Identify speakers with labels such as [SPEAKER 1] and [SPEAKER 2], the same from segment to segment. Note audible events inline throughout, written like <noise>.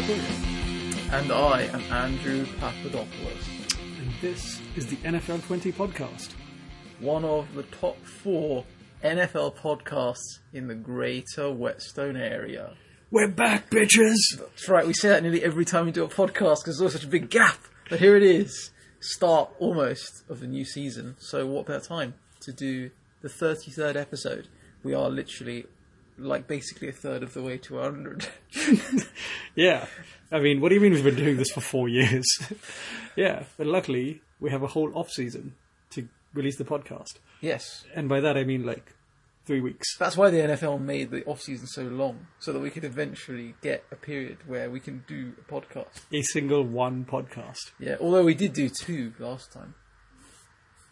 [SPEAKER 1] Davis.
[SPEAKER 2] And I am Andrew Papadopoulos.
[SPEAKER 1] And this is the NFL 20 podcast.
[SPEAKER 2] one of the top four NFL podcasts in the greater Whetstone area.
[SPEAKER 1] We're back, bitches!
[SPEAKER 2] That's right, we say that nearly every time we do a podcast because there's always such a big gap. But here it is, start almost of the new season. So what better time to do the 33rd episode? We are literally like basically a third of the way to 100.
[SPEAKER 1] Yeah. I mean, what do you mean we've been doing this for four years? <laughs> yeah, but luckily we have a whole off season to release the podcast.
[SPEAKER 2] <laughs> yes.
[SPEAKER 1] And by that I mean like three weeks.
[SPEAKER 2] That's why the NFL made the off season so long, so that we could eventually get a period where we can do a podcast.
[SPEAKER 1] A single one podcast.
[SPEAKER 2] Yeah, although we did do two last time.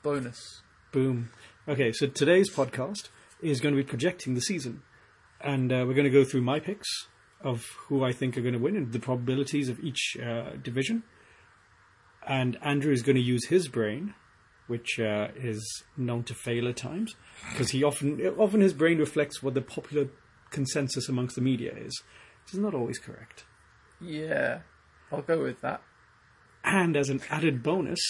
[SPEAKER 2] Bonus.
[SPEAKER 1] Boom. Okay, so today's podcast is going to be projecting the season. And uh, we're going to go through my picks of who I think are going to win and the probabilities of each uh, division. And Andrew is going to use his brain, which uh, is known to fail at times, because he often often his brain reflects what the popular consensus amongst the media is, which is not always correct.
[SPEAKER 2] Yeah, I'll go with that.
[SPEAKER 1] And as an added bonus,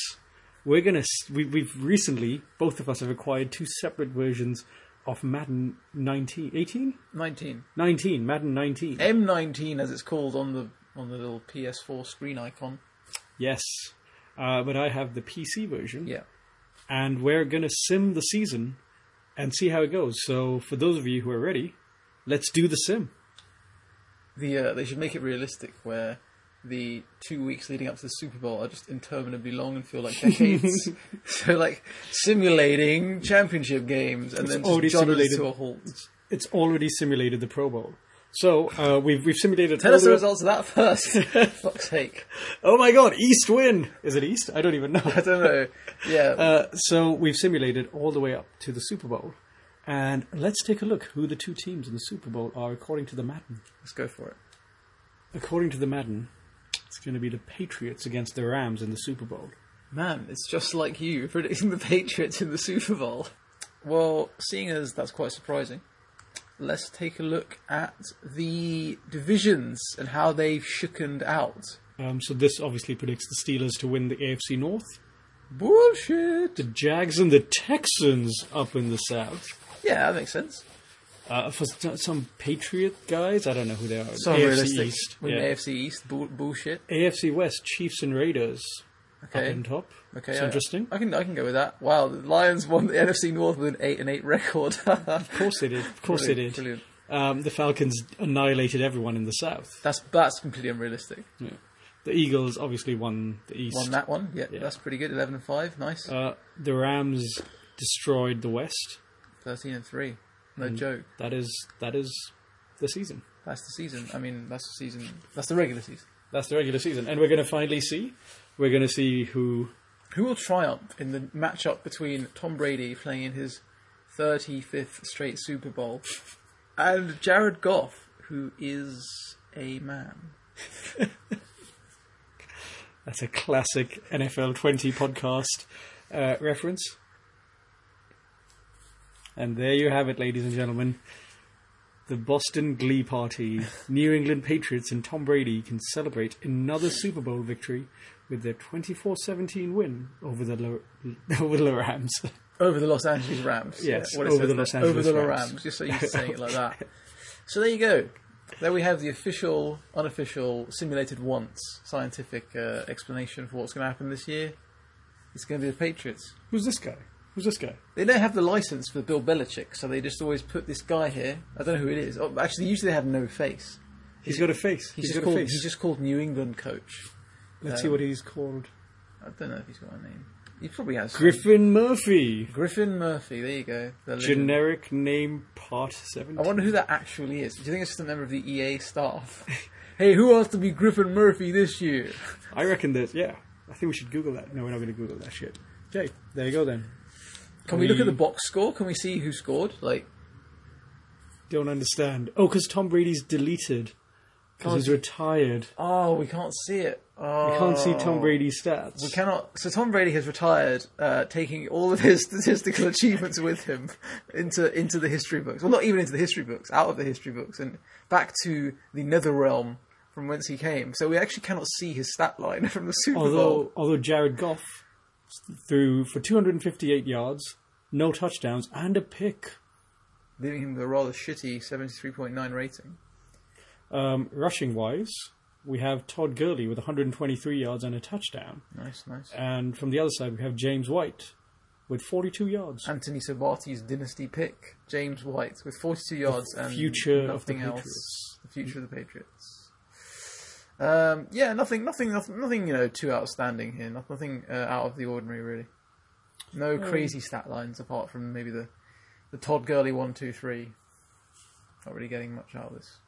[SPEAKER 1] we're gonna s- we, we've recently both of us have acquired two separate versions of Madden 19, 18,
[SPEAKER 2] 19.
[SPEAKER 1] 19, Madden 19.
[SPEAKER 2] M19 as it's called on the on the little PS4 screen icon.
[SPEAKER 1] Yes, uh, but I have the PC version,
[SPEAKER 2] Yeah.
[SPEAKER 1] and we're gonna sim the season and see how it goes. So for those of you who are ready, let's do the sim.
[SPEAKER 2] The uh, they should make it realistic where the two weeks leading up to the Super Bowl are just interminably long and <laughs> feel like decades. so like simulating championship games and then
[SPEAKER 1] already
[SPEAKER 2] just jotted
[SPEAKER 1] simulated.
[SPEAKER 2] to a halt.
[SPEAKER 1] It's already simulated the Pro Bowl. So uh, we've we've simulated.
[SPEAKER 2] Tell
[SPEAKER 1] all
[SPEAKER 2] us the
[SPEAKER 1] the-
[SPEAKER 2] results of that <laughs> first. Fuck's sake.
[SPEAKER 1] Oh my God! East win. Is it East? I don't even
[SPEAKER 2] <laughs>
[SPEAKER 1] know.
[SPEAKER 2] I don't know. Yeah.
[SPEAKER 1] Uh, so we've simulated all the way up to the Super Bowl, and let's take a look who the two teams in the Super Bowl are according to the Madden.
[SPEAKER 2] let's go for it.
[SPEAKER 1] According to the Madden, it's going to be the Patriots against the Rams in the Super Bowl.
[SPEAKER 2] Man, it's just like you <laughs> predicting the Patriots in the Super Bowl. Well, seeing as that's quite surprising, let's take a look at the divisions and how they've shookened out.
[SPEAKER 1] Um, so this obviously predicts the Steelers to win the AFC North.
[SPEAKER 2] Bullshit!
[SPEAKER 1] The Jags and the Texans up in the South.
[SPEAKER 2] Yeah, that makes sense.
[SPEAKER 1] Uh, for s- some Patriot guys, I don't know who they are.
[SPEAKER 2] So
[SPEAKER 1] AFC
[SPEAKER 2] realistic.
[SPEAKER 1] East.
[SPEAKER 2] Win
[SPEAKER 1] yeah.
[SPEAKER 2] the AFC East, bull- bullshit.
[SPEAKER 1] AFC West, Chiefs and Raiders up
[SPEAKER 2] Okay.
[SPEAKER 1] on top.
[SPEAKER 2] Okay, uh,
[SPEAKER 1] it's
[SPEAKER 2] I-
[SPEAKER 1] interesting.
[SPEAKER 2] I, can I can go with that. Wow, the Lions won the <laughs> NFC North with an eight and eight record. <laughs> of
[SPEAKER 1] Of course they did. Of course
[SPEAKER 2] brilliant,
[SPEAKER 1] they did.
[SPEAKER 2] Brilliant.
[SPEAKER 1] Um, the Falcons annihilated everyone in the South.
[SPEAKER 2] That's that's completely unrealistic.
[SPEAKER 1] The Eagles obviously won the East.
[SPEAKER 2] Won that one. Yeah, that's pretty good. Eleven and five. Nice.
[SPEAKER 1] Uh, the Rams destroyed the West.
[SPEAKER 2] 13 and 3. No joke.
[SPEAKER 1] That is that is the season.
[SPEAKER 2] That's the season. I mean, that's the season. That's the regular season.
[SPEAKER 1] That's the regular season, and we're going to finally see. We're going to see who.
[SPEAKER 2] Who will triumph in the matchup between Tom Brady playing in his 35th straight Super Bowl and Jared Goff, who is a man?
[SPEAKER 1] That's a classic NFL Twenty podcast uh, reference. And there you have it, ladies and gentlemen. The Boston Glee Party, New England Patriots, and Tom Brady can celebrate another Super Bowl victory with their 24 17 win over the, Lo- <laughs> over the Rams.
[SPEAKER 2] Over the Los Angeles Rams.
[SPEAKER 1] Yes,
[SPEAKER 2] it
[SPEAKER 1] over
[SPEAKER 2] says
[SPEAKER 1] the
[SPEAKER 2] there.
[SPEAKER 1] Los
[SPEAKER 2] Over
[SPEAKER 1] Angeles
[SPEAKER 2] the
[SPEAKER 1] Rams.
[SPEAKER 2] Rams, just so you can say it
[SPEAKER 1] <laughs>
[SPEAKER 2] like that. So there you go. There we have the official, unofficial, simulated once scientific uh, explanation for what's going to happen this year. It's going to be the Patriots.
[SPEAKER 1] Who's this guy? Who's this guy?
[SPEAKER 2] They don't have the license for Bill Belichick, so they just always put this guy here. I don't know who it is. Oh, actually, usually they have no face.
[SPEAKER 1] He's got a face.
[SPEAKER 2] He's,
[SPEAKER 1] He's
[SPEAKER 2] just
[SPEAKER 1] got a
[SPEAKER 2] called,
[SPEAKER 1] face.
[SPEAKER 2] he's just called New England coach.
[SPEAKER 1] Let's see
[SPEAKER 2] um,
[SPEAKER 1] what he's called.
[SPEAKER 2] I don't know if he's got a name. He probably has. some.
[SPEAKER 1] Griffin Murphy.
[SPEAKER 2] Griffin Murphy. There you go. The legend.
[SPEAKER 1] Generic name part 7.
[SPEAKER 2] I wonder who that actually is. Do you think it's just a member of the EA staff? <laughs> hey, who wants to be Griffin Murphy this year?
[SPEAKER 1] I reckon that, yeah. I think we should Google that. No, we're not going to Google that shit. Okay, there you go then.
[SPEAKER 2] Can we look at the
[SPEAKER 1] We-
[SPEAKER 2] box score? Can we see who scored? Like,
[SPEAKER 1] Don't understand. Oh, because Tom Brady's deleted. Because
[SPEAKER 2] Oh.
[SPEAKER 1] he's retired.
[SPEAKER 2] oh, we can't see it. Oh.
[SPEAKER 1] You can't see Tom Brady's stats.
[SPEAKER 2] We cannot. So Tom Brady has retired, uh, taking all of his <laughs> statistical achievements with him into into the history books. Well, not even into the history books, out of the history books, and back to the nether realm from whence he came. So we actually cannot see his stat line <laughs> from the Super Bowl.
[SPEAKER 1] Although although Jared Goff threw for 258 yards, no touchdowns, and a pick.
[SPEAKER 2] leaving him with a rather shitty 73.9 rating.
[SPEAKER 1] Um, rushing wise, we have Todd Gurley with 123 yards and a touchdown,
[SPEAKER 2] Nice, nice.
[SPEAKER 1] and from the other side we have James White with 42 yards.
[SPEAKER 2] Anthony Sabati's dynasty pick, James White, with 42 yards and
[SPEAKER 1] future of the
[SPEAKER 2] nothing else.
[SPEAKER 1] Patriots.
[SPEAKER 2] The future of the Patriots. Um, yeah, nothing, nothing, nothing, nothing. You know, too outstanding here. Noth- Nothing uh, out of the ordinary, really. No
[SPEAKER 1] Hmm.
[SPEAKER 2] crazy stat lines apart from maybe the the Todd Gurley one, two, three. Not really getting much out of this.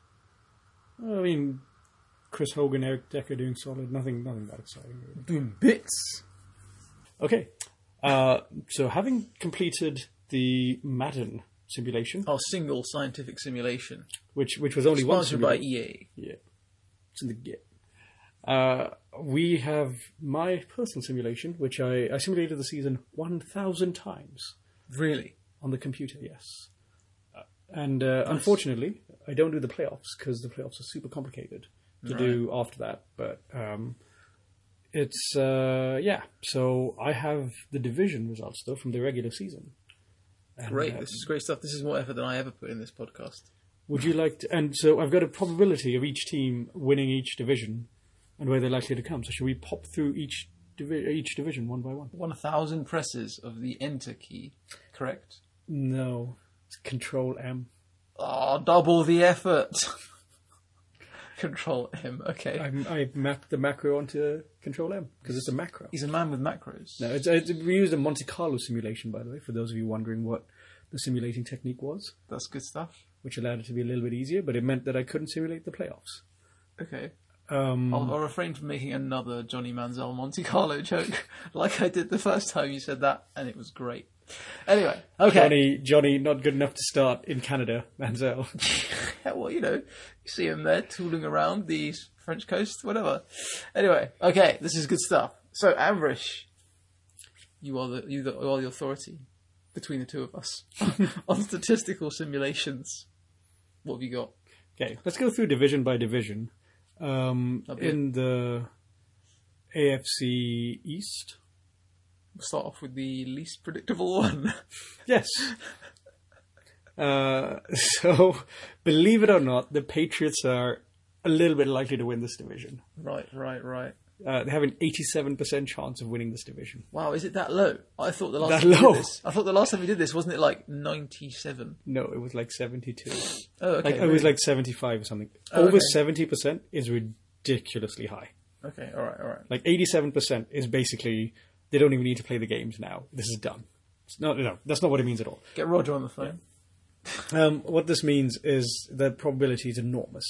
[SPEAKER 1] I mean, Chris Hogan, Eric Decker doing solid. Nothing, nothing that exciting. Really.
[SPEAKER 2] Doing bits.
[SPEAKER 1] Okay. Uh, so having completed the Madden simulation,
[SPEAKER 2] Our Oh, single scientific simulation,
[SPEAKER 1] which which was only one
[SPEAKER 2] sponsored by E
[SPEAKER 1] simulation,
[SPEAKER 2] EA.
[SPEAKER 1] yeah, it's in the yeah. Uh, we have my personal simulation, which I, I simulated the season one thousand times
[SPEAKER 2] Really?
[SPEAKER 1] on the computer. Yes, Uh, and uh, unfortunately, I don't do the playoffs because the playoffs are super complicated to do after that. But um, it's uh, yeah. So I have the division results though from the regular season. And,
[SPEAKER 2] Great.
[SPEAKER 1] uh,
[SPEAKER 2] This is great stuff. This is more effort than I ever put in this podcast.
[SPEAKER 1] would you like to? And so I've got a probability of each team winning each division and where they're likely to come. So should we pop through each divi- each division one by one?
[SPEAKER 2] 1,000 presses of the enter key, correct?
[SPEAKER 1] No, it's Control M.
[SPEAKER 2] Oh, double the effort. <laughs> Control M, okay.
[SPEAKER 1] I, I mapped the macro onto Control M because it's a macro.
[SPEAKER 2] He's a man with macros.
[SPEAKER 1] No, it's, it's, we used a Monte Carlo simulation, by the way, for those of you wondering what the simulating technique was,
[SPEAKER 2] That's good stuff.
[SPEAKER 1] which allowed it to be a little bit easier, but it meant that I couldn't simulate the playoffs.
[SPEAKER 2] Okay.
[SPEAKER 1] Um,
[SPEAKER 2] I'll, I'll refrain from making another Johnny Manziel Monte Carlo joke <laughs> like I did the first time you said that, and it was great. Anyway, okay.
[SPEAKER 1] Johnny, Johnny, not good enough to start in Canada, <laughs> Manziel.
[SPEAKER 2] Yeah, <laughs> well, you know, you see him there tooling around the French coast, whatever. Anyway, okay, this is good stuff. So, Amrish, you are the you, the, you are the authority between the two of us <laughs> on statistical simulations. What have you got?
[SPEAKER 1] okay, let's go through division by division. Um,
[SPEAKER 2] That'd be
[SPEAKER 1] in the AFC East,
[SPEAKER 2] We'll start off with the least predictable one. <laughs>
[SPEAKER 1] yes. Uh, <laughs> so, believe it or not, the Patriots are a little bit likely to win this division.
[SPEAKER 2] right, right, right.
[SPEAKER 1] Uh, they have an 87% chance of winning this division.
[SPEAKER 2] Wow, is it that low? I thought the
[SPEAKER 1] That
[SPEAKER 2] last time
[SPEAKER 1] low?
[SPEAKER 2] we did this, I thought the last time we did this wasn't it like ninety-seven?
[SPEAKER 1] No, it was like 72.
[SPEAKER 2] Oh, okay.
[SPEAKER 1] Like, It was like 75 or something.
[SPEAKER 2] Oh,
[SPEAKER 1] Over
[SPEAKER 2] okay.
[SPEAKER 1] 70% is ridiculously high.
[SPEAKER 2] okay, all right, all right.
[SPEAKER 1] Like 87% is basically they don't even need to play the games now. This is done. It's not, no, that's not what it means at all.
[SPEAKER 2] Get Roger on the phone.
[SPEAKER 1] Um, what this means is the probability is enormous.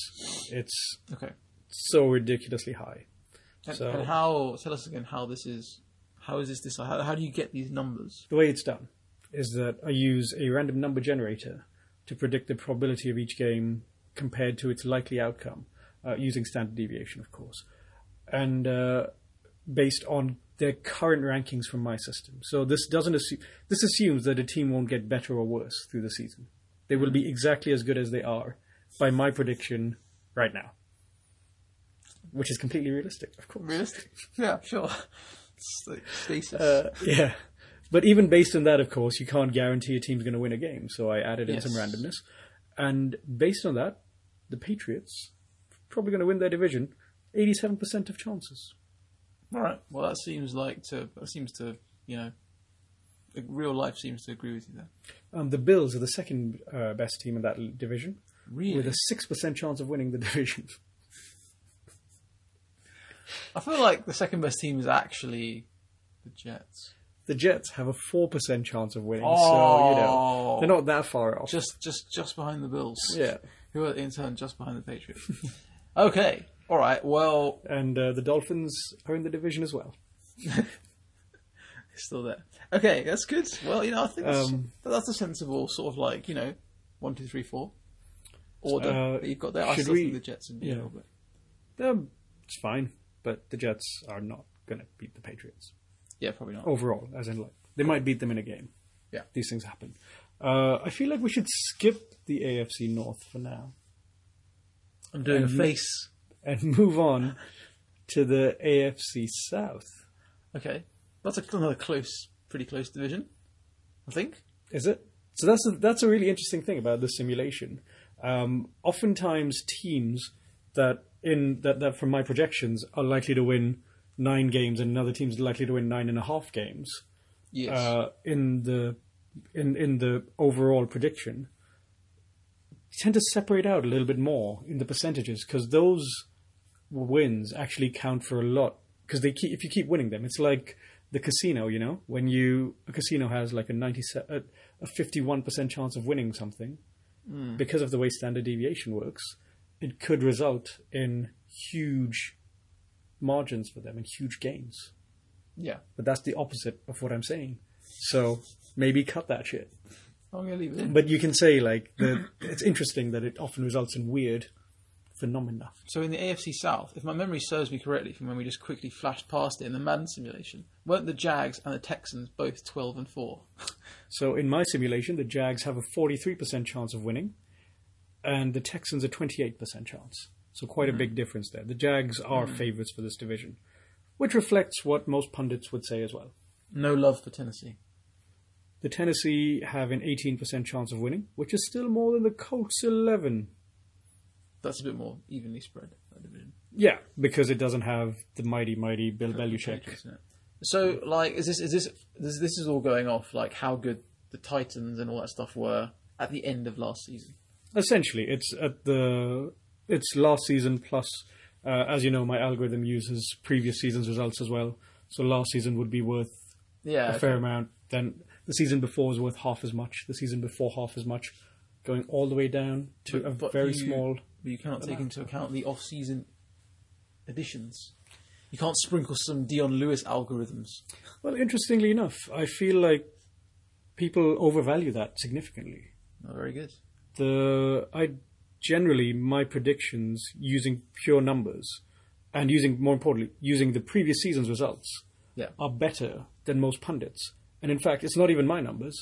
[SPEAKER 1] It's
[SPEAKER 2] Okay.
[SPEAKER 1] so ridiculously high.
[SPEAKER 2] And,
[SPEAKER 1] So-
[SPEAKER 2] and how? Tell us again how this is. How is this decided? How, how do you get these numbers?
[SPEAKER 1] The way it's done is that I use a random number generator to predict the probability of each game compared to its likely outcome, uh, using standard deviation, of course, and uh, based on their current rankings from my system. So this doesn't assume this assumes that a team won't get better or worse through the season. They will be exactly as good as they are by my prediction right now, which is completely realistic, of course.
[SPEAKER 2] Realistic. <laughs> Yeah, sure. Uh, It's like Stasis.
[SPEAKER 1] yeah. But even based on that, of course, you can't guarantee a team's going to win a game. So I added in
[SPEAKER 2] Yes.
[SPEAKER 1] some randomness. And based on that, the Patriots probably going to win their division. 87% of chances.
[SPEAKER 2] All right. Well, that seems like to. That seems to. You know, like, real life seems to agree with you there.
[SPEAKER 1] Um, the Bills are the second uh, best team in that l- division with
[SPEAKER 2] Really.
[SPEAKER 1] a 6% chance of winning the <laughs> division.
[SPEAKER 2] I feel like the second best team is actually the Jets.
[SPEAKER 1] The Jets have a 4% chance of winning. So, you know,
[SPEAKER 2] Oh.
[SPEAKER 1] they're not that far off.
[SPEAKER 2] <laughs> Just, just, just behind the Bills.
[SPEAKER 1] yeah.
[SPEAKER 2] Who are in turn just behind the Patriots. <laughs> okay. All right. Well,
[SPEAKER 1] And uh, the Dolphins are in the division as well.
[SPEAKER 2] It's still there. Okay, that's good. Well, you know, I think that's,
[SPEAKER 1] Um,
[SPEAKER 2] that's a sensible sort of like you know, one, two, three, four order
[SPEAKER 1] Uh,
[SPEAKER 2] that you've got there. I
[SPEAKER 1] should
[SPEAKER 2] still
[SPEAKER 1] we-
[SPEAKER 2] think the Jets would be
[SPEAKER 1] yeah.
[SPEAKER 2] a little bit.
[SPEAKER 1] Um, it's fine, but the Jets are not going to beat the Patriots.
[SPEAKER 2] Yeah, probably not.
[SPEAKER 1] overall, as in like they might beat them in a game.
[SPEAKER 2] Yeah.
[SPEAKER 1] these things happen. Uh, I feel like we should skip the AFC North for now.
[SPEAKER 2] I'm doing
[SPEAKER 1] Um,
[SPEAKER 2] a face.
[SPEAKER 1] and <laughs> move on to the AFC South.
[SPEAKER 2] Okay, that's a, another close, pretty close division, I think.
[SPEAKER 1] Is it? So that's a, that's a really interesting thing about this simulation. Um, oftentimes, teams that in that, that from my projections are likely to win nine games, and another team's likely to win nine and a half games
[SPEAKER 2] Yes.
[SPEAKER 1] uh, in the in in the overall prediction tend to separate out a little bit more in the percentages because those wins actually count for a lot because they keep if you keep winning them it's like the casino you know when you a casino has like a 97 a 51% chance of winning something because of the way standard deviation works it could result in huge margins for them and huge gains
[SPEAKER 2] yeah.
[SPEAKER 1] but that's the opposite of what I'm saying. So maybe cut that shit.
[SPEAKER 2] I'm gonna leave it. In.
[SPEAKER 1] But you can say like the, it's interesting that it often results in weird phenomena.
[SPEAKER 2] So in the AFC South, if my memory serves me correctly from when we just quickly flashed past it in the Madden simulation, weren't the Jags and the Texans both 12 and 4?
[SPEAKER 1] So in my simulation, the Jags have a 43% chance of winning, and the Texans a 28% chance. So quite a big difference there. The Jags are favorites for this division, which reflects what most pundits would say as well.
[SPEAKER 2] No love for Tennessee.
[SPEAKER 1] The Tennessee have an 18% chance of winning, which is still more than the Colts 11.
[SPEAKER 2] That's a bit more evenly spread, that division.
[SPEAKER 1] Yeah, because it doesn't have the mighty, mighty Bill Belichick
[SPEAKER 2] Patriots, isn't it? So, like, is this is this this this is all going off like how good the Titans and all that stuff were at the end of last season?
[SPEAKER 1] essentially it's at the it's last season plus uh, as you know my algorithm uses previous season's results as well so last season would be worth
[SPEAKER 2] Yeah,
[SPEAKER 1] a fair amount then the season before is worth half as much the season before half as much going all the way down to
[SPEAKER 2] But-
[SPEAKER 1] a
[SPEAKER 2] but
[SPEAKER 1] very
[SPEAKER 2] you-
[SPEAKER 1] small
[SPEAKER 2] but you cannot take into account the off-season additions. You can't sprinkle some Dion Lewis algorithms.
[SPEAKER 1] well interestingly enough i feel like people overvalue that significantly
[SPEAKER 2] Not very good.
[SPEAKER 1] the I generally my predictions using pure numbers and using more importantly using the previous season's results
[SPEAKER 2] Yeah.
[SPEAKER 1] are better than most pundits. And in fact, it's not even my numbers.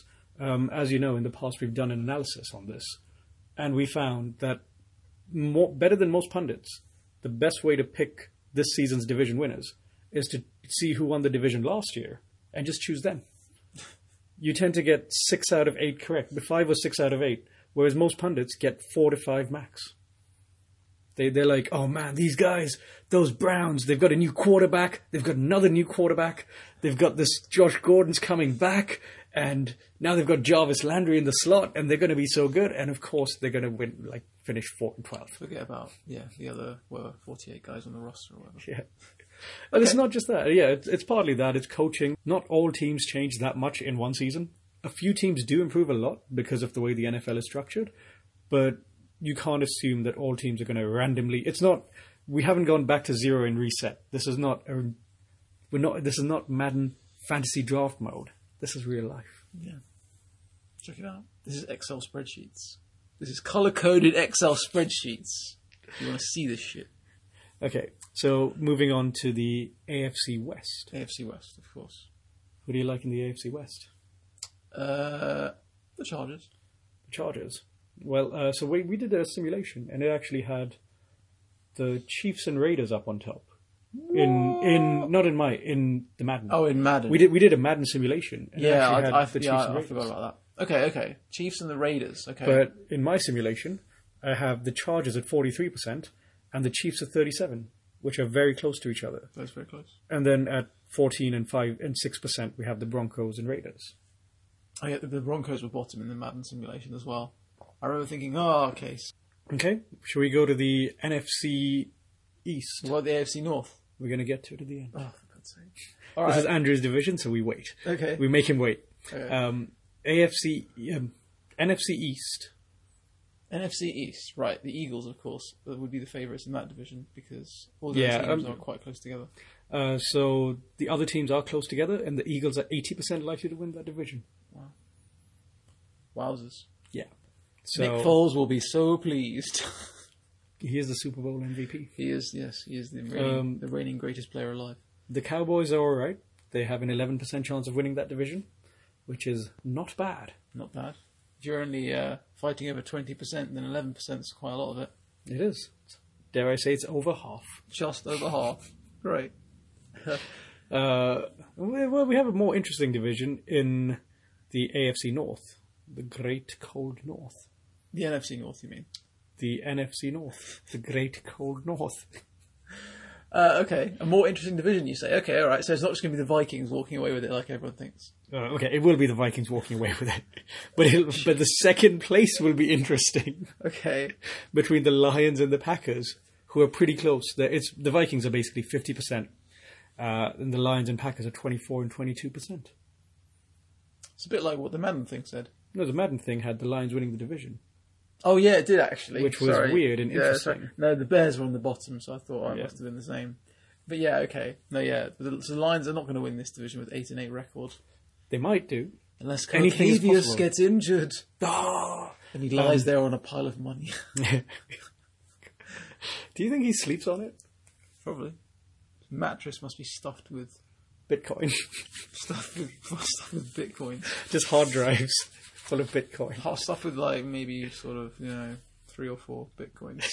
[SPEAKER 1] Um, as you know, in the past we've done an analysis on this, and we found that more better than most pundits, the best way to pick this season's division winners is to see who won the division last year and just choose them you tend to get six out of eight correct, the five or six out of eight, whereas most pundits get four to five max. They, they're like, oh man, these guys, those Browns, they've got a new quarterback, they've got another new quarterback, they've got this Josh Gordon's coming back, and now they've got Jarvis Landry in the slot, and they're going to be so good, and of course they're going to win, like finish four and twelve.
[SPEAKER 2] Forget about yeah the other were forty-eight guys on the roster or whatever.
[SPEAKER 1] <laughs> Yeah. And it's not just that. Yeah, it's, it's partly that. It's coaching. Not all teams change that much in one season. A few teams do improve a lot because of the way the NFL is structured, but you can't assume that all teams are going to randomly. It's not. We haven't gone back to zero and reset. This is not. A, we're not. This is not Madden fantasy draft mode. This is real life.
[SPEAKER 2] Yeah. Check it out. This is Excel spreadsheets. This is color-coded Excel spreadsheets. You want to see this shit?
[SPEAKER 1] Okay, so moving on to the AFC West.
[SPEAKER 2] AFC West, of course.
[SPEAKER 1] Who do you like in the AFC West?
[SPEAKER 2] Uh, the Chargers.
[SPEAKER 1] Chargers. Well, uh, so we, we did a simulation, and it actually had the Chiefs and Raiders up on top. In in not in my in the Madden.
[SPEAKER 2] Oh, in Madden.
[SPEAKER 1] we did we did a Madden simulation. And it
[SPEAKER 2] Yeah,
[SPEAKER 1] actually had
[SPEAKER 2] I, I,
[SPEAKER 1] the
[SPEAKER 2] yeah,
[SPEAKER 1] Chiefs
[SPEAKER 2] I,
[SPEAKER 1] and
[SPEAKER 2] I
[SPEAKER 1] Raiders.
[SPEAKER 2] forgot about that. Okay, okay. Chiefs and the Raiders. Okay.
[SPEAKER 1] But in my simulation, I have the Chargers at forty three percent and the Chiefs at thirty seven, which are very close to each other.
[SPEAKER 2] That's very close.
[SPEAKER 1] And then at fourteen and five and six percent, we have the Broncos and Raiders.
[SPEAKER 2] Oh, yeah, the- the Broncos were bottom in the Madden simulation as well. I remember thinking, oh, okay. So
[SPEAKER 1] Okay, shall we go to the NFC East?
[SPEAKER 2] what the AFC North?
[SPEAKER 1] We're going to get to it at the end.
[SPEAKER 2] Oh, for God's sake. All
[SPEAKER 1] This
[SPEAKER 2] right.
[SPEAKER 1] is Andrew's division, so we wait.
[SPEAKER 2] okay.
[SPEAKER 1] We make him wait.
[SPEAKER 2] Okay.
[SPEAKER 1] Um, AFC, um, NFC East.
[SPEAKER 2] NFC East. Right. The Eagles, of course, uh, would be the favourites in that division because all the
[SPEAKER 1] Yeah,
[SPEAKER 2] other teams
[SPEAKER 1] um,
[SPEAKER 2] are quite close together.
[SPEAKER 1] Uh, so the other teams are close together, and the Eagles are eighty percent likely to win that division.
[SPEAKER 2] Wowzers.
[SPEAKER 1] Yeah. So
[SPEAKER 2] Nick Foles will be so pleased. <laughs>
[SPEAKER 1] he is the Super Bowl MVP.
[SPEAKER 2] he is, yes, he is the reigning,
[SPEAKER 1] Um,
[SPEAKER 2] the reigning greatest player alive.
[SPEAKER 1] The Cowboys are all right. They have an eleven percent chance of winning that division, which is not bad.
[SPEAKER 2] Not bad. If you're only uh, fighting over 20%, then 11% is quite a lot of it.
[SPEAKER 1] It is. Dare I say it's over half?
[SPEAKER 2] Just over half. Great.
[SPEAKER 1] Uh, we- well, we have a more interesting division in the AFC North, the Great Cold North,
[SPEAKER 2] The NFC North, you mean?
[SPEAKER 1] the NFC North, the Great Cold North.
[SPEAKER 2] Uh, okay, a more interesting division, you say. Okay, all right. So it's not just going to be the Vikings walking away with it like everyone thinks.
[SPEAKER 1] Uh, okay, it will be the Vikings walking away with it, but it'll, but the second place will be interesting <laughs>
[SPEAKER 2] Okay.
[SPEAKER 1] between the Lions and the Packers, who are pretty close. The, it's the Vikings are basically fifty percent, uh, and the Lions and Packers are twenty four and twenty two percent.
[SPEAKER 2] It's a bit like what the Madden thing said.
[SPEAKER 1] No, the Madden thing had the Lions winning the division.
[SPEAKER 2] Oh, yeah, it did actually.
[SPEAKER 1] Which was
[SPEAKER 2] Sorry.
[SPEAKER 1] weird and
[SPEAKER 2] Yeah,
[SPEAKER 1] interesting.
[SPEAKER 2] sorry. No, the Bears were on the bottom, so I thought I
[SPEAKER 1] Yeah.
[SPEAKER 2] must have been the same. But yeah, okay. No, yeah. The, so the Lions are not going to win this division with 8 and 8 record.
[SPEAKER 1] They might do. <laughs>
[SPEAKER 2] Unless
[SPEAKER 1] Anything is
[SPEAKER 2] Contavious
[SPEAKER 1] possible.
[SPEAKER 2] gets injured.
[SPEAKER 1] Ah!
[SPEAKER 2] And he lies there on a pile of money.
[SPEAKER 1] do you think he sleeps on it?
[SPEAKER 2] Probably. Mattress must be stuffed with
[SPEAKER 1] Bitcoin, <laughs>
[SPEAKER 2] stuffed with <laughs> stuffed with bitcoins.
[SPEAKER 1] just hard drives full of Bitcoin.
[SPEAKER 2] Hot stuff with like maybe sort of you know three or four bitcoins.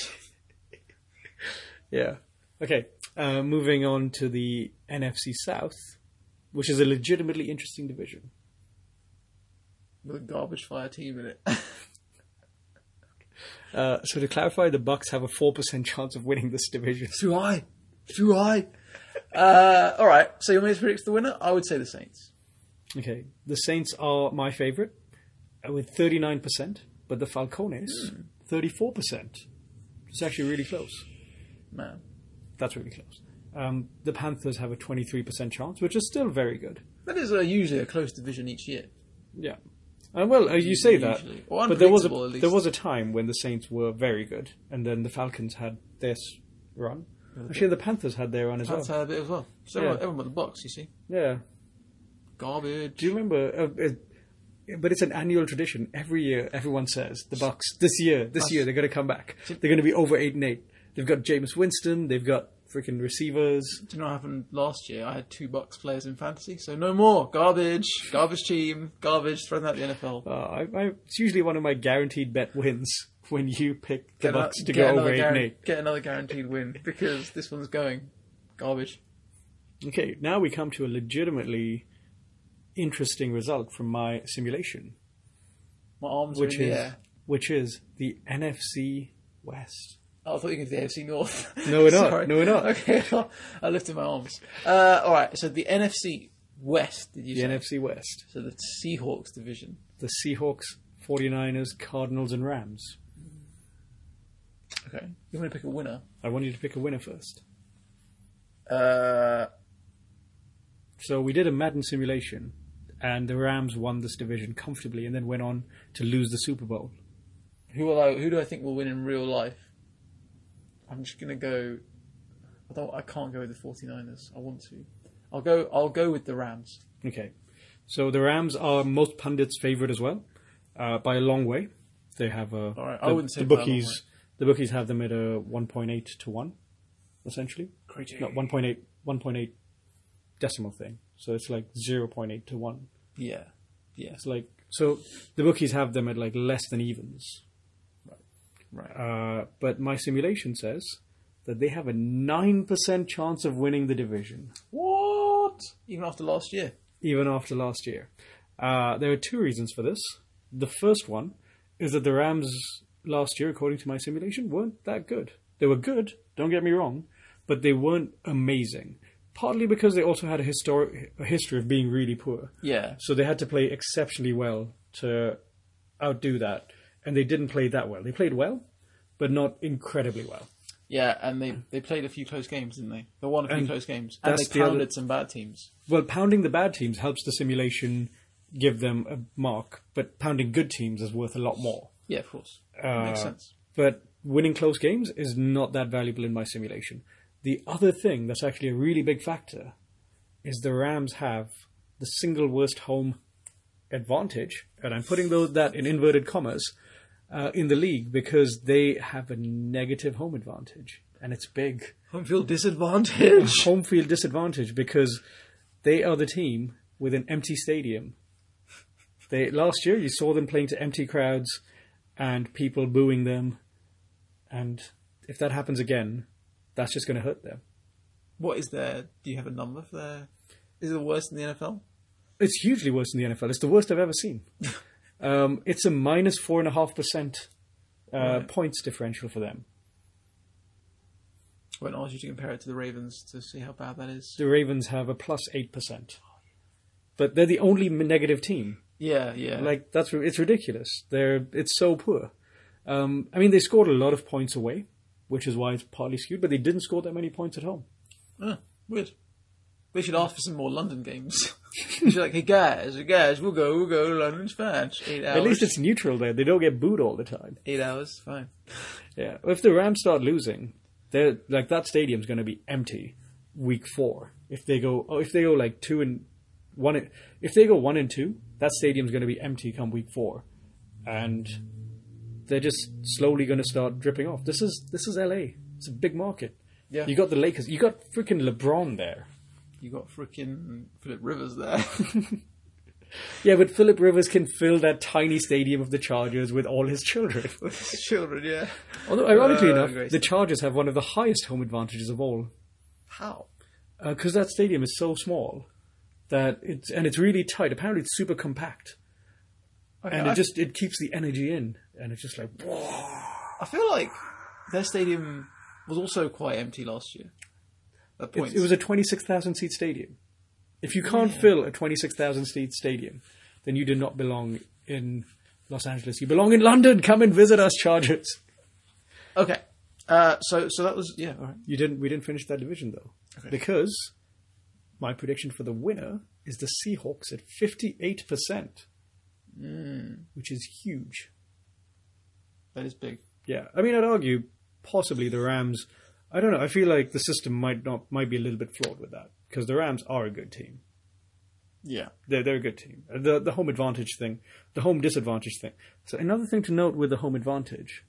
[SPEAKER 2] <laughs>
[SPEAKER 1] Yeah. Okay. Uh, moving on to the NFC South, which is a legitimately interesting division.
[SPEAKER 2] with a garbage fire team in it. <laughs>
[SPEAKER 1] Uh, so to clarify, the Bucks have a four percent <laughs> chance of winning this division.
[SPEAKER 2] Too high, too high. Uh, all right. So you want me to predict the winner? I would say the Saints.
[SPEAKER 1] Okay. The Saints are my favorite uh, with thirty nine percent, but the Falcones thirty four percent. It's actually really close.
[SPEAKER 2] Man,
[SPEAKER 1] That's really close. Um, the Panthers have a 23% chance, which is still very good.
[SPEAKER 2] that is uh, usually a close division each year.
[SPEAKER 1] Yeah. Uh, well, uh, you say
[SPEAKER 2] Usually.
[SPEAKER 1] that,
[SPEAKER 2] Or
[SPEAKER 1] but there was a
[SPEAKER 2] unpredictable, at least.
[SPEAKER 1] there was a time when the Saints were very good, and then the Falcons had this run. Actually, the Panthers had their run as
[SPEAKER 2] That's
[SPEAKER 1] well.
[SPEAKER 2] a bit as well. So
[SPEAKER 1] Yeah.
[SPEAKER 2] everyone, everyone but the box, you see.
[SPEAKER 1] Yeah.
[SPEAKER 2] Garbage.
[SPEAKER 1] Do you remember? Uh, it, but it's an annual tradition. Every year, everyone says the Bucks this year, this year they're going to come back. They're going to be over eight and eight. They've got Jameis Winston. They've got freaking receivers.
[SPEAKER 2] Do you know what happened last year? I had two Bucks players in fantasy, so no more garbage. Garbage team. Garbage. Throw them out the NFL.
[SPEAKER 1] Uh, I, I, it's usually one of my guaranteed bet wins <laughs> when you pick the
[SPEAKER 2] Get ano-
[SPEAKER 1] Bucks to
[SPEAKER 2] get
[SPEAKER 1] go over
[SPEAKER 2] another
[SPEAKER 1] eight
[SPEAKER 2] guaran-
[SPEAKER 1] and eight.
[SPEAKER 2] Get another guaranteed win <laughs> because this one's going garbage.
[SPEAKER 1] Okay, now we come to a legitimately interesting result from my simulation,
[SPEAKER 2] My arms
[SPEAKER 1] which
[SPEAKER 2] are in
[SPEAKER 1] is
[SPEAKER 2] the air.
[SPEAKER 1] which is the NFC West.
[SPEAKER 2] Oh, I thought you were going to the AFC North.
[SPEAKER 1] No,
[SPEAKER 2] <laughs>
[SPEAKER 1] we're not.
[SPEAKER 2] Sorry.
[SPEAKER 1] No, we're not.
[SPEAKER 2] Okay, <laughs> I lifted my arms. Uh, all right, so the NFC West, did you
[SPEAKER 1] The
[SPEAKER 2] say?
[SPEAKER 1] NFC West,
[SPEAKER 2] so the Seahawks division.
[SPEAKER 1] the Seahawks, 49ers, Cardinals, and Rams.
[SPEAKER 2] Okay. You want me to pick a winner?
[SPEAKER 1] I want you to pick a winner first.
[SPEAKER 2] Uh,
[SPEAKER 1] So we did a Madden simulation, and the Rams won this division comfortably, and then went on to lose the Super Bowl.
[SPEAKER 2] who will I? Who do I think will win in real life? I'm just going to go. I don't. I can't go with the 49ers. I want to. I'll go. I'll go with the Rams.
[SPEAKER 1] Okay. So the Rams are most pundits' favorite as well, uh, by a long way. They have a.
[SPEAKER 2] right,
[SPEAKER 1] the,
[SPEAKER 2] I wouldn't say
[SPEAKER 1] the
[SPEAKER 2] by a long
[SPEAKER 1] bookies. The bookies have them at a 1.8 to one, essentially.
[SPEAKER 2] Crazy.
[SPEAKER 1] Not 1.8, 1.8 decimal thing. So it's like 0.8 to one.
[SPEAKER 2] Yeah. Yeah.
[SPEAKER 1] It's like so the bookies have them at like less than evens.
[SPEAKER 2] Right.
[SPEAKER 1] Uh, but my simulation says that they have a nine percent chance of winning the division.
[SPEAKER 2] What? Even after last year.
[SPEAKER 1] even after last year. Uh, there are two reasons for this. The first one is that the Rams last year, according to my simulation, weren't that good. They were good, don't get me wrong, but they weren't amazing. Partly because they also had a, histori- a history of being really poor.
[SPEAKER 2] Yeah.
[SPEAKER 1] So they had to play exceptionally well to outdo that. And they didn't play that well. They played well, but not incredibly well.
[SPEAKER 2] Yeah, and they, they played a few close games, didn't they? They won a few
[SPEAKER 1] And
[SPEAKER 2] close games, and they
[SPEAKER 1] that's the other-
[SPEAKER 2] pounded some bad teams.
[SPEAKER 1] Well, pounding the bad teams helps the simulation give them a mark, but pounding good teams is worth a lot more.
[SPEAKER 2] Yeah, of course,
[SPEAKER 1] Uh,
[SPEAKER 2] makes sense.
[SPEAKER 1] But winning close games is not that valuable in my simulation. The other thing that's actually a really big factor is the Rams have the single worst home advantage, and I'm putting tho- that in inverted commas, uh, in the league because they have a negative home advantage, and it's big.
[SPEAKER 2] Home field disadvantage. <laughs>
[SPEAKER 1] Home field disadvantage because they are the team with an empty stadium. They last year you saw them playing to empty crowds and people booing them, and if that happens again, that's just going to hurt them.
[SPEAKER 2] What is their? Do you have a number for their? Is it the worst in the NFL?
[SPEAKER 1] It's hugely worse than the NFL. It's the worst I've ever seen. um, it's a minus four and a half percent uh, points differential for them.
[SPEAKER 2] I won't ask you to compare it to the Ravens to see how bad that is.
[SPEAKER 1] The Ravens have a plus eight percent, but they're the only negative team.
[SPEAKER 2] Yeah, yeah.
[SPEAKER 1] Like that's ri- it's ridiculous. They're it's so poor. Um, I mean, they scored a lot of points away, which is why it's partly skewed. But they didn't score that many points at home.
[SPEAKER 2] Ah, weird. They should ask for some more London games. <laughs> they should be like, hey guys, hey guys, we'll go, we'll go to London, Spanish. Eight hours.
[SPEAKER 1] At least it's neutral there. They don't get booed all the time.
[SPEAKER 2] eight hours, fine.
[SPEAKER 1] Yeah. If the Rams start losing, they're like that stadium's going to be empty week four. If they go, oh, if they go like two and one, if they go one and two, that stadium's going to be empty come week four, and they're just slowly going to start dripping off. This is this is L.A. It's a big market.
[SPEAKER 2] Yeah.
[SPEAKER 1] You got the Lakers. You got freaking LeBron there.
[SPEAKER 2] You got freaking Philip Rivers there. <laughs>
[SPEAKER 1] Yeah, but Philip Rivers can fill that tiny stadium of the Chargers with all his children.
[SPEAKER 2] with his children, yeah.
[SPEAKER 1] Although, ironically
[SPEAKER 2] Uh,
[SPEAKER 1] enough,
[SPEAKER 2] great.
[SPEAKER 1] the Chargers have one of the highest home advantages of all.
[SPEAKER 2] How?
[SPEAKER 1] because Uh, that stadium is so small that it's and it's really tight. Apparently, it's super compact,
[SPEAKER 2] Okay,
[SPEAKER 1] and
[SPEAKER 2] I,
[SPEAKER 1] it just it keeps the energy in, and it's just like
[SPEAKER 2] I feel like their stadium was also quite empty last year. That point.
[SPEAKER 1] it, it was a twenty six thousand seat stadium. If you can't fill a twenty six thousand seat stadium, then you do not belong in Los Angeles. You belong in London. Come and visit us, Chargers.
[SPEAKER 2] okay. Uh, so, so that was yeah. All right.
[SPEAKER 1] You didn't. We didn't finish that division though, because my prediction for the winner is the Seahawks at fifty eight percent, which is huge.
[SPEAKER 2] That is big.
[SPEAKER 1] Yeah, I mean, I'd argue possibly the Rams. I don't know. I feel like the system might not might be a little bit flawed with that because the Rams are a good team.
[SPEAKER 2] Yeah.
[SPEAKER 1] They're they're a good team. The the home advantage thing, the home disadvantage thing. So another thing to note with the home advantage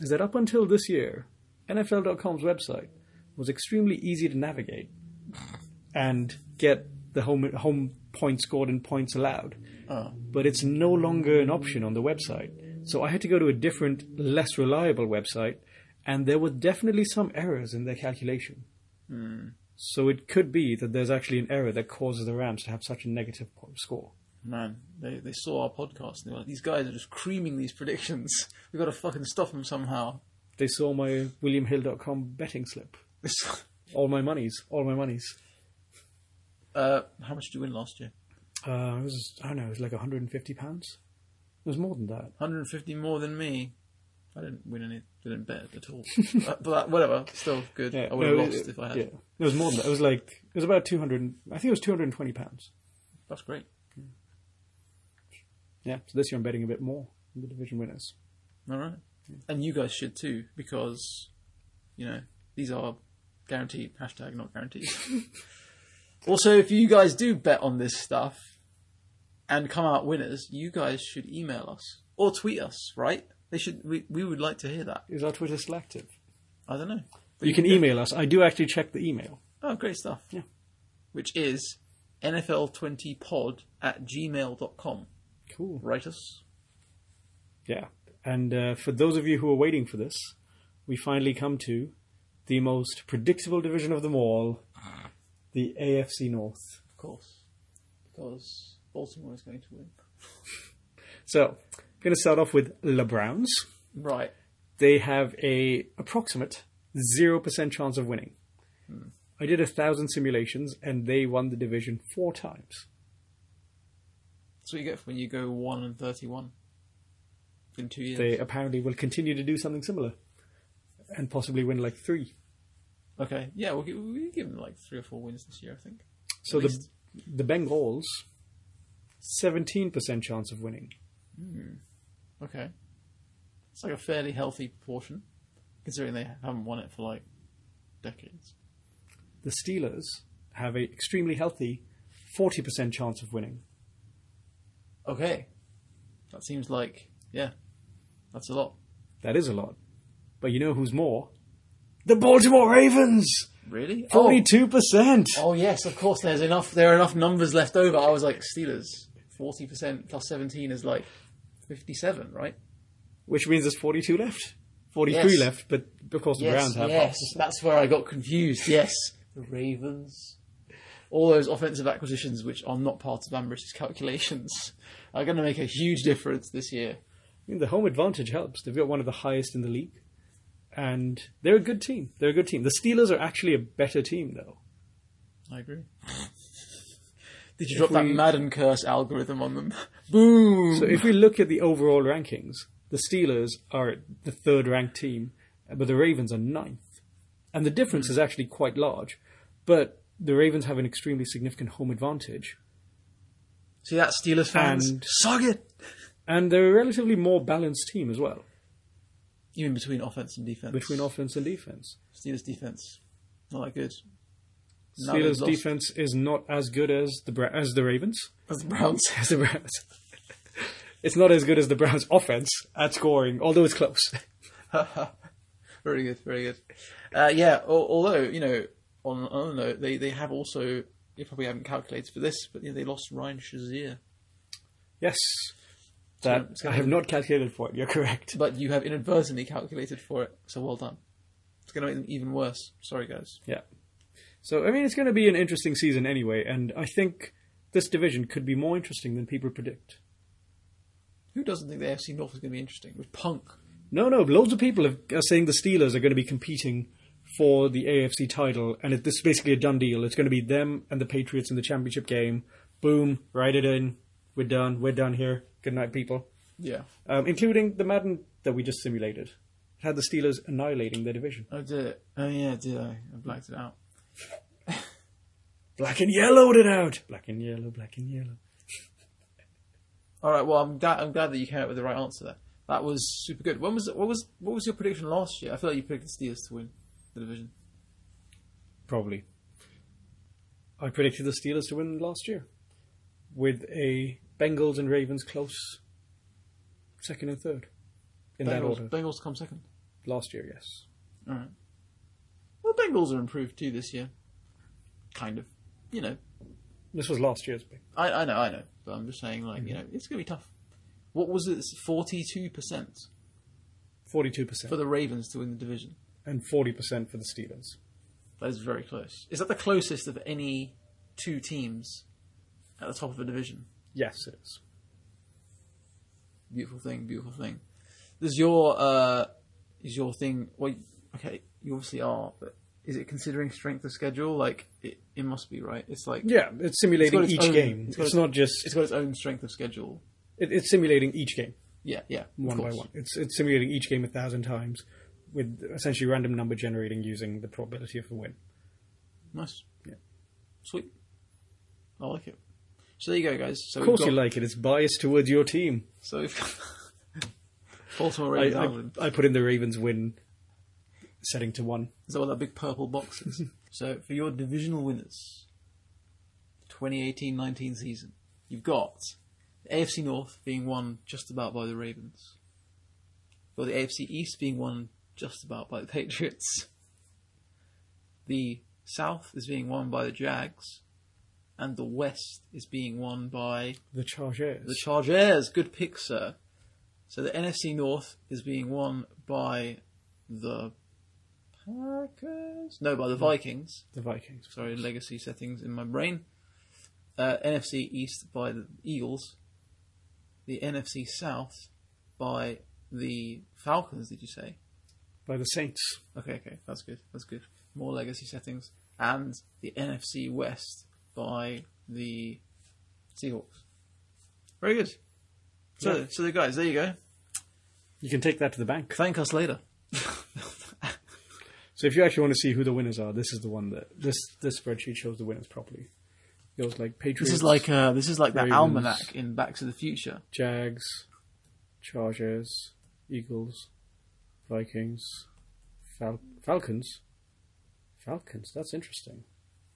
[SPEAKER 1] is that up until this year, NFL.com's website was extremely easy to navigate and get the home home points scored and points allowed
[SPEAKER 2] Oh.
[SPEAKER 1] but it's no longer an option on the website. So I had to go to a different, less reliable website, and there were definitely some errors in their calculation.
[SPEAKER 2] Hmm.
[SPEAKER 1] So it could be that there's actually an error that causes the Rams to have such a negative po- score.
[SPEAKER 2] Man, they, they saw our podcast and they were like, these guys are just creaming these predictions. <laughs> We've got to fucking stop them somehow. <laughs>
[SPEAKER 1] They saw my WilliamHill.com betting slip.
[SPEAKER 2] This-
[SPEAKER 1] All my monies, all my monies.
[SPEAKER 2] uh, how much did you win last year?
[SPEAKER 1] Uh, it was, I don't know, it was like 150 pounds. It was more than that.
[SPEAKER 2] 150 more than me. I didn't win any, didn't bet at <laughs> all. Uh, but, but that, whatever, still good. I would have
[SPEAKER 1] No, it-
[SPEAKER 2] lost if I had.
[SPEAKER 1] yeah. It was more than that. It was like, it was about 200, I think it was 220 pounds.
[SPEAKER 2] That's great.
[SPEAKER 1] Yeah, so this year I'm betting a bit more than the division winners.
[SPEAKER 2] All right. And you guys should too, because, you know, these are guaranteed. Hashtag not
[SPEAKER 1] <laughs>
[SPEAKER 2] guaranteed. also, if you guys do bet on this stuff and come out winners, you guys should email us or tweet us, right? They should. We, we would like to hear that.
[SPEAKER 1] Is our Twitter still active?
[SPEAKER 2] I don't know.
[SPEAKER 1] You can email us. I do actually check the email.
[SPEAKER 2] Oh, great stuff.
[SPEAKER 1] Yeah.
[SPEAKER 2] Which is NFL20pod at gmail.com.
[SPEAKER 1] Cool.
[SPEAKER 2] Write us.
[SPEAKER 1] Yeah. And uh, for those of you who are waiting for this, we finally come to the most predictable division of them all, the AFC North.
[SPEAKER 2] Of course. Because Baltimore is going to win.
[SPEAKER 1] So, I'm going to start off with the Browns.
[SPEAKER 2] Right.
[SPEAKER 1] They have a approximate 0% chance of winning. I did a thousand simulations and they won the division four times.
[SPEAKER 2] That's what you get when you go one and thirty-one in two years.
[SPEAKER 1] They apparently will continue to do something similar and possibly win like three.
[SPEAKER 2] Okay, yeah, we'll give, we'll give them like three or four wins this year, I think.
[SPEAKER 1] So
[SPEAKER 2] At
[SPEAKER 1] the
[SPEAKER 2] least.
[SPEAKER 1] the Bengals, seventeen percent chance of winning.
[SPEAKER 2] Okay, it's like a fairly healthy proportion, considering they haven't won it for like decades.
[SPEAKER 1] The Steelers have a extremely healthy forty percent chance of winning.
[SPEAKER 2] Okay, that seems like yeah, that's a lot.
[SPEAKER 1] That is a lot, but you know who's more? The Baltimore Ravens,
[SPEAKER 2] Really? Oh,
[SPEAKER 1] forty-two percent.
[SPEAKER 2] oh yes, of course. There's enough. There are enough numbers left over. I was like Steelers, forty percent plus seventeen is like fifty-seven, right?
[SPEAKER 1] Which means there's forty-two left. 43
[SPEAKER 2] Yes.
[SPEAKER 1] left, but of course the Browns have
[SPEAKER 2] yes.
[SPEAKER 1] half.
[SPEAKER 2] That's where I got confused. Yes, the Ravens. All those offensive acquisitions, which are not part of Ambrish's calculations, are going to make a huge difference this year.
[SPEAKER 1] I mean, the home advantage helps. They've got one of the highest in the league, and they're a good team. They're a good team. The Steelers are actually a better team, though.
[SPEAKER 2] I agree. Did you drop that
[SPEAKER 1] we-
[SPEAKER 2] Madden curse algorithm on them? <laughs> Boom!
[SPEAKER 1] So if we look at the overall rankings, the Steelers are the third ranked team, but the Ravens are ninth. And the difference is actually quite large. But the Ravens have an extremely significant home advantage,
[SPEAKER 2] See that Steelers fans?
[SPEAKER 1] And-
[SPEAKER 2] Sog it.
[SPEAKER 1] and they're a relatively more balanced team as well
[SPEAKER 2] Even between offense and defense.
[SPEAKER 1] between offense and defense.
[SPEAKER 2] Steelers defense, not that good. Now they've
[SPEAKER 1] Steelers
[SPEAKER 2] lost.
[SPEAKER 1] defense is not as good as the Bra- as the Ravens.
[SPEAKER 2] That's <laughs> the Browns.
[SPEAKER 1] <laughs> As the Browns. <laughs> it's not as good as the Browns offense at scoring, although it's close. <laughs>
[SPEAKER 2] <laughs> very good, very good. Uh, yeah, al- although you know, on another note, they they have also you probably haven't calculated for this, but you know, they lost Ryan Shazier.
[SPEAKER 1] Yes. That
[SPEAKER 2] it's gonna-
[SPEAKER 1] I have not calculated for it. You're correct.
[SPEAKER 2] But you have inadvertently calculated for it, so well done. It's going to make them even worse. Sorry, guys.
[SPEAKER 1] Yeah. So I mean, it's going to be an interesting season anyway, and I think this division could be more interesting than people predict.
[SPEAKER 2] Who doesn't think the AFC North is going to be interesting with Punk?
[SPEAKER 1] No, no, loads of people have, are saying the Steelers are going to be competing for the AFC title, and it, this is basically a done deal. It's going to be them and the Patriots in the championship game. Boom, write it in. We're done. We're done here. Good night, people.
[SPEAKER 2] Yeah.
[SPEAKER 1] Um, including the Madden that we just simulated. It had the Steelers annihilating their division.
[SPEAKER 2] Oh, did it? Oh, yeah, did I? I blacked it out.
[SPEAKER 1] Black and yellowed it out. Black and yellow, black and yellow.
[SPEAKER 2] All right. Well, I'm glad. I'm glad that you came up with the right answer there. That was super good. When was it, what was what was your prediction last year? I feel like you predicted Steelers to win the division.
[SPEAKER 1] Probably. I predicted the Steelers to win last year with a Bengals and Ravens close second and third in that
[SPEAKER 2] Bengals,
[SPEAKER 1] order.
[SPEAKER 2] Bengals come second.
[SPEAKER 1] Last year, yes.
[SPEAKER 2] All right. Well, Bengals are improved too this year. Kind of. You know,
[SPEAKER 1] This was last year's pick.
[SPEAKER 2] I I know I know, but I'm just saying like you know it's gonna be tough. What was it? Forty two percent
[SPEAKER 1] 42%
[SPEAKER 2] for the Ravens to win the division.
[SPEAKER 1] and 40% for the Steelers.
[SPEAKER 2] That is very close. Is that the closest of any two teams at the top of a division?
[SPEAKER 1] Yes, it is.
[SPEAKER 2] Beautiful thing, beautiful thing. Does your uh is your thing well okay, you obviously are, but is it considering strength of schedule? Like it, it must be, right? It's like
[SPEAKER 1] Yeah, it's simulating
[SPEAKER 2] its
[SPEAKER 1] each
[SPEAKER 2] own-
[SPEAKER 1] game.
[SPEAKER 2] it's
[SPEAKER 1] It's,
[SPEAKER 2] got its-
[SPEAKER 1] not just.
[SPEAKER 2] it's got its own strength of schedule.
[SPEAKER 1] it, it's simulating each game.
[SPEAKER 2] Yeah, yeah. of
[SPEAKER 1] one by
[SPEAKER 2] course.
[SPEAKER 1] one. It's it's simulating each game a thousand times with essentially random number generating using the probability of the win.
[SPEAKER 2] Nice.
[SPEAKER 1] Yeah.
[SPEAKER 2] Sweet. I like it. So there you go guys. So
[SPEAKER 1] Of course
[SPEAKER 2] we've got,
[SPEAKER 1] you like it. It's biased towards your team.
[SPEAKER 2] <laughs> so we've got <laughs> Baltimore
[SPEAKER 1] I,
[SPEAKER 2] Ravens
[SPEAKER 1] I,
[SPEAKER 2] Alvin.
[SPEAKER 1] I put in the Ravens win setting to one.
[SPEAKER 2] Is that what that big purple box is? so for your divisional winners, 2018-19 season, you've got the AFC North being won just about by the Ravens. Or the AFC East being won just about by the Patriots. The South is being won by the Jags. And the West is being won by
[SPEAKER 1] The Chargers.
[SPEAKER 2] the Chargers. Good pick, sir. So the NFC North is being won by the Packers. No, by the Vikings.
[SPEAKER 1] the Vikings.
[SPEAKER 2] Sorry, legacy settings in my brain. Uh, NFC East by the Eagles. The NFC South by the Falcons. Did you say?
[SPEAKER 1] By the Saints.
[SPEAKER 2] Okay, okay, that's good. That's good. More legacy settings and the NFC West by the Seahawks. Very good. So,
[SPEAKER 1] Yeah.
[SPEAKER 2] so the guys, there you go.
[SPEAKER 1] You can take that to the bank.
[SPEAKER 2] Thank us <laughs> later.
[SPEAKER 1] So if you actually want to see who the winners are, this is the one that this this spreadsheet shows the winners properly. It was like Patriots,
[SPEAKER 2] This is like uh, this is like the
[SPEAKER 1] Ravens.
[SPEAKER 2] almanac in Back to the Future.
[SPEAKER 1] Jags, Chargers, Eagles, Vikings, Fal- Falcons. Falcons. That's interesting.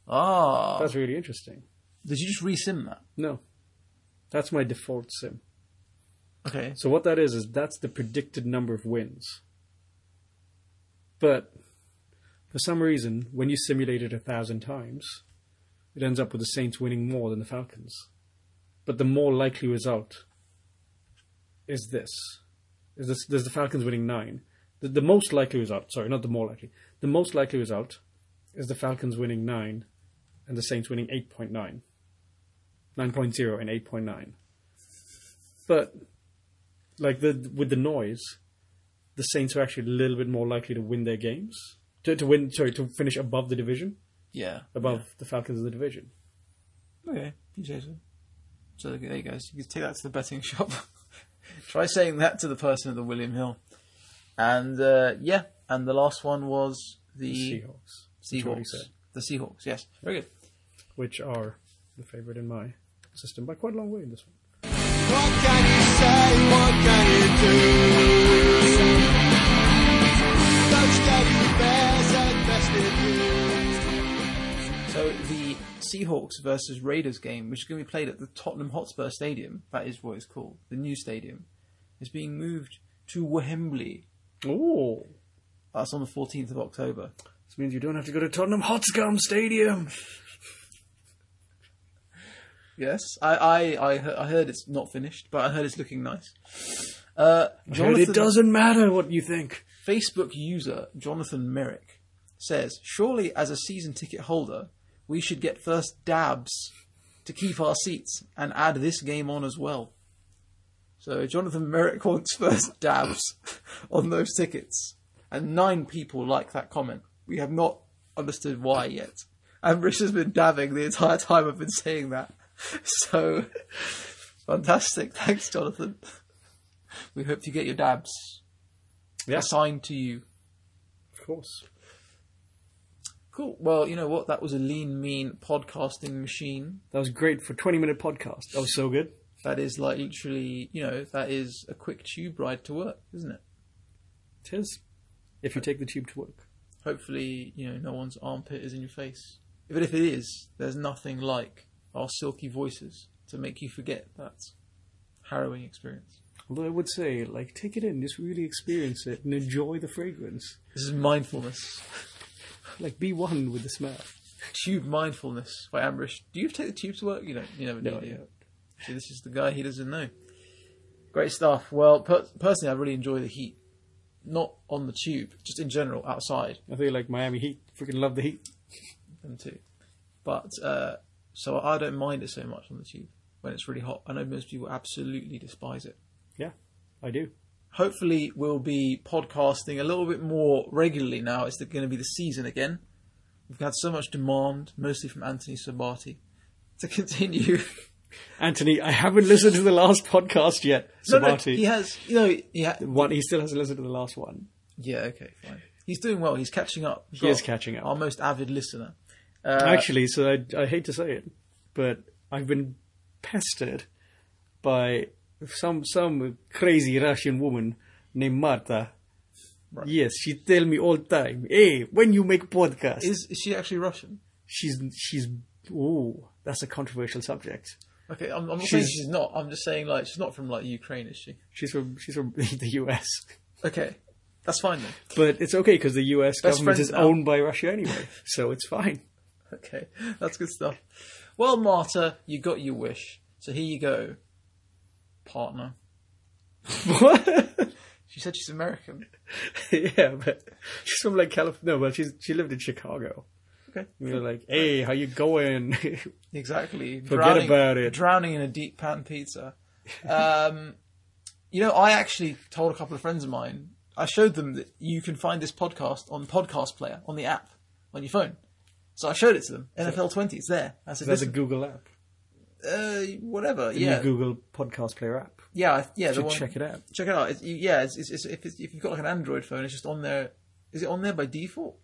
[SPEAKER 2] Ah,
[SPEAKER 1] That's really interesting.
[SPEAKER 2] did you just resim that?
[SPEAKER 1] No, that's my default sim.
[SPEAKER 2] Okay,
[SPEAKER 1] So what that is is that's the predicted number of wins. But for some reason, when you simulate it a thousand times, it ends up with the Saints winning more than the Falcons. But the more likely result is this: is this? There's the Falcons winning nine, The, the most likely result, sorry, not the more likely, the most likely result is the Falcons winning 9 and the Saints winning 8.9. 9.0 and 8.9. But, like, the with the noise, the Saints are actually a little bit more likely to win their games. To, to win, sorry, to finish above the division,
[SPEAKER 2] Yeah.
[SPEAKER 1] above the Falcons of the division.
[SPEAKER 2] Okay, you say so. So there there you go. So you can take that to the betting <laughs> shop. Try saying that to the person at the William Hill. And uh, yeah, and the last one was the
[SPEAKER 1] Seahawks. which already
[SPEAKER 2] Seahawks. The Seahawks, yes. Very good.
[SPEAKER 1] Which are the favorite in my system by quite a long way in this one.
[SPEAKER 3] What can you say? What can you do? Such teddy bears at best of you.
[SPEAKER 2] So the Seahawks versus Raiders game, which is going to be played at the Tottenham Hotspur Stadium, that is what it's called, the new stadium, is being moved to Wembley.
[SPEAKER 1] Oh,
[SPEAKER 2] That's on the 14th of October.
[SPEAKER 1] this means you don't have to go to Tottenham Hotspur Stadium.
[SPEAKER 2] Yes, I I, I, he- I heard it's not finished, but I heard it's looking nice. Uh, Jonathan,
[SPEAKER 1] it doesn't matter what you think.
[SPEAKER 2] Facebook user Jonathan Merrick says, "Surely, as a season ticket holder, we should get first dabs to keep our seats and add this game on as well." So Jonathan Merrick <laughs> wants first dabs <laughs> on those tickets, and nine people like that comment. We have not understood why yet. And Rich has been dabbing the entire time I've been saying that. <laughs> So fantastic! Thanks, Jonathan. We hope you get your dabs assigned to you.
[SPEAKER 1] of course.
[SPEAKER 2] Cool. Well, you know what? That was a lean, mean podcasting machine.
[SPEAKER 1] That was great for 20 minute podcast. That was so good.
[SPEAKER 2] That is like literally, you know, that is a quick tube ride to work, isn't it?
[SPEAKER 1] It is. If you take the tube to work.
[SPEAKER 2] Hopefully, you know, no one's armpit is in your face. But if it is, there's nothing like our silky voices to make you forget that harrowing experience.
[SPEAKER 1] Although I would say, like, take it in, just really experience it and enjoy the fragrance.
[SPEAKER 2] This is mindfulness.
[SPEAKER 1] Like, be one with the smell.
[SPEAKER 2] tube mindfulness by Ambrish. Do you take the tube to work? You don't. You never do.
[SPEAKER 1] No,
[SPEAKER 2] do
[SPEAKER 1] I
[SPEAKER 2] you?
[SPEAKER 1] don't.
[SPEAKER 2] See, this is the guy he doesn't know. Great stuff. Well, per- personally, I really enjoy the heat, not on the tube, just in general outside.
[SPEAKER 1] I feel like Miami Heat freaking love the heat.
[SPEAKER 2] Them too, but uh, so I don't mind it so much on the tube when it's really hot. I know most people absolutely despise it.
[SPEAKER 1] Yeah, I do.
[SPEAKER 2] Hopefully, we'll be podcasting a little bit more regularly now. It's going to be the season again. We've had so much demand, mostly from Anthony Sabati, to <laughs> continue.
[SPEAKER 1] Anthony, I haven't listened to the last <laughs> podcast yet.
[SPEAKER 2] No, no,
[SPEAKER 1] Sabati.
[SPEAKER 2] he has. You know, he ha-
[SPEAKER 1] one, he still hasn't listened to the last one.
[SPEAKER 2] yeah. Okay, fine. He's doing well. He's catching up. He's
[SPEAKER 1] He
[SPEAKER 2] got
[SPEAKER 1] is catching up.
[SPEAKER 2] Our most avid listener. Uh,
[SPEAKER 1] Actually, so I, I hate to say it, but I've been pestered by some some crazy Russian woman named Marta.
[SPEAKER 2] Right.
[SPEAKER 1] Yes, she tell me all time, hey, when you make podcast,
[SPEAKER 2] is, is she actually Russian?
[SPEAKER 1] she's she's ooh, that's a controversial subject.
[SPEAKER 2] Okay, I'm, I'm not saying
[SPEAKER 1] She's-
[SPEAKER 2] she's not. I'm just saying like she's not from like Ukraine, is she?
[SPEAKER 1] She's from she's from <laughs> the U.S.,
[SPEAKER 2] Okay, that's fine then. <laughs>
[SPEAKER 1] but it's okay because the U.S. government
[SPEAKER 2] friends
[SPEAKER 1] is
[SPEAKER 2] now.
[SPEAKER 1] owned by Russia <laughs> anyway, so it's fine.
[SPEAKER 2] Okay, that's good stuff. Well, Marta, you got your wish. So here you go, partner. She said she's American.
[SPEAKER 1] <laughs> yeah, but she's from like California. No, well, she's she lived in Chicago.
[SPEAKER 2] Okay.
[SPEAKER 1] We were like, "Hey, how you going?" <laughs>
[SPEAKER 2] Exactly. Forget
[SPEAKER 1] about it.
[SPEAKER 2] Drowning in a deep
[SPEAKER 1] <laughs>
[SPEAKER 2] pan pizza. Um, you know, I actually told a couple of friends of mine. I showed them that you can find this podcast on Podcast Player on the app on your phone. So I showed it to them. NFL Twenty, it's there. I said,
[SPEAKER 1] That's a
[SPEAKER 2] Listen,
[SPEAKER 1] Google app.
[SPEAKER 2] uh, whatever.
[SPEAKER 1] Yeah.
[SPEAKER 2] Yeah,
[SPEAKER 1] Google Podcast Player app.
[SPEAKER 2] yeah, I- yeah. The
[SPEAKER 1] Should
[SPEAKER 2] one.
[SPEAKER 1] check it out.
[SPEAKER 2] Check it out. It's, you- yeah, it's, it's, it's, if, it's, if you've got like an Android phone, it's just on there. Is it on there by default?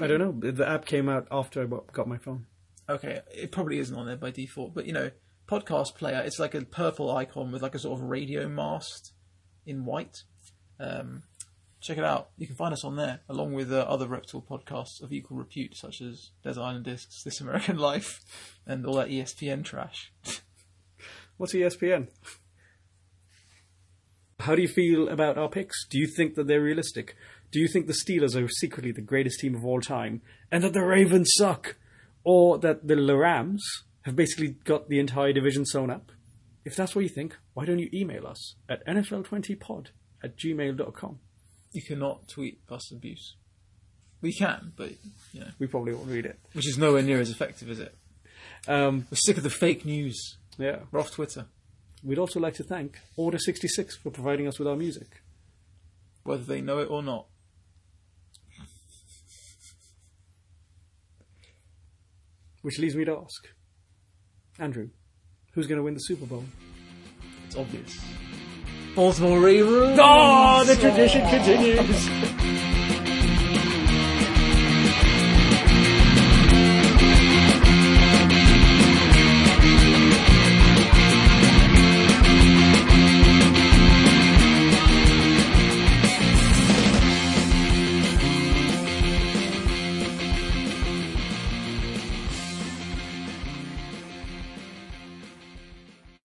[SPEAKER 1] I don't know. The app came out after I bought- got my phone.
[SPEAKER 2] okay, it probably isn't on there by default, but you know, podcast player, it's like a purple icon with like a sort of radio mast in white. Um, check it out. You can find us on there, along with uh, other reptile podcasts of equal repute, such as Desert Island Discs, This American <laughs> Life, and all that E ESPN trash.
[SPEAKER 1] What's E ESPN? How do you feel about our picks? Do you think that they're realistic? Do you think the Steelers are secretly the greatest team of all time and that the Ravens suck? Or that the Rams have basically got the entire division sewn up? If that's what you think, why don't you email us at NFL20pod at gmail.com?
[SPEAKER 2] You cannot tweet us abuse. We can, but you know,
[SPEAKER 1] We probably won't read it.
[SPEAKER 2] which is nowhere near as effective, is it?
[SPEAKER 1] Um,
[SPEAKER 2] We're sick of the fake news.
[SPEAKER 1] yeah.
[SPEAKER 2] We're off Twitter.
[SPEAKER 1] We'd also like to thank Order 66 for providing us with our music.
[SPEAKER 2] whether they know it or not.
[SPEAKER 1] Which leaves me to ask Andrew, who's going to win the Super Bowl?
[SPEAKER 2] It's obvious. Baltimore Ravens.
[SPEAKER 1] Oh, the tradition continues!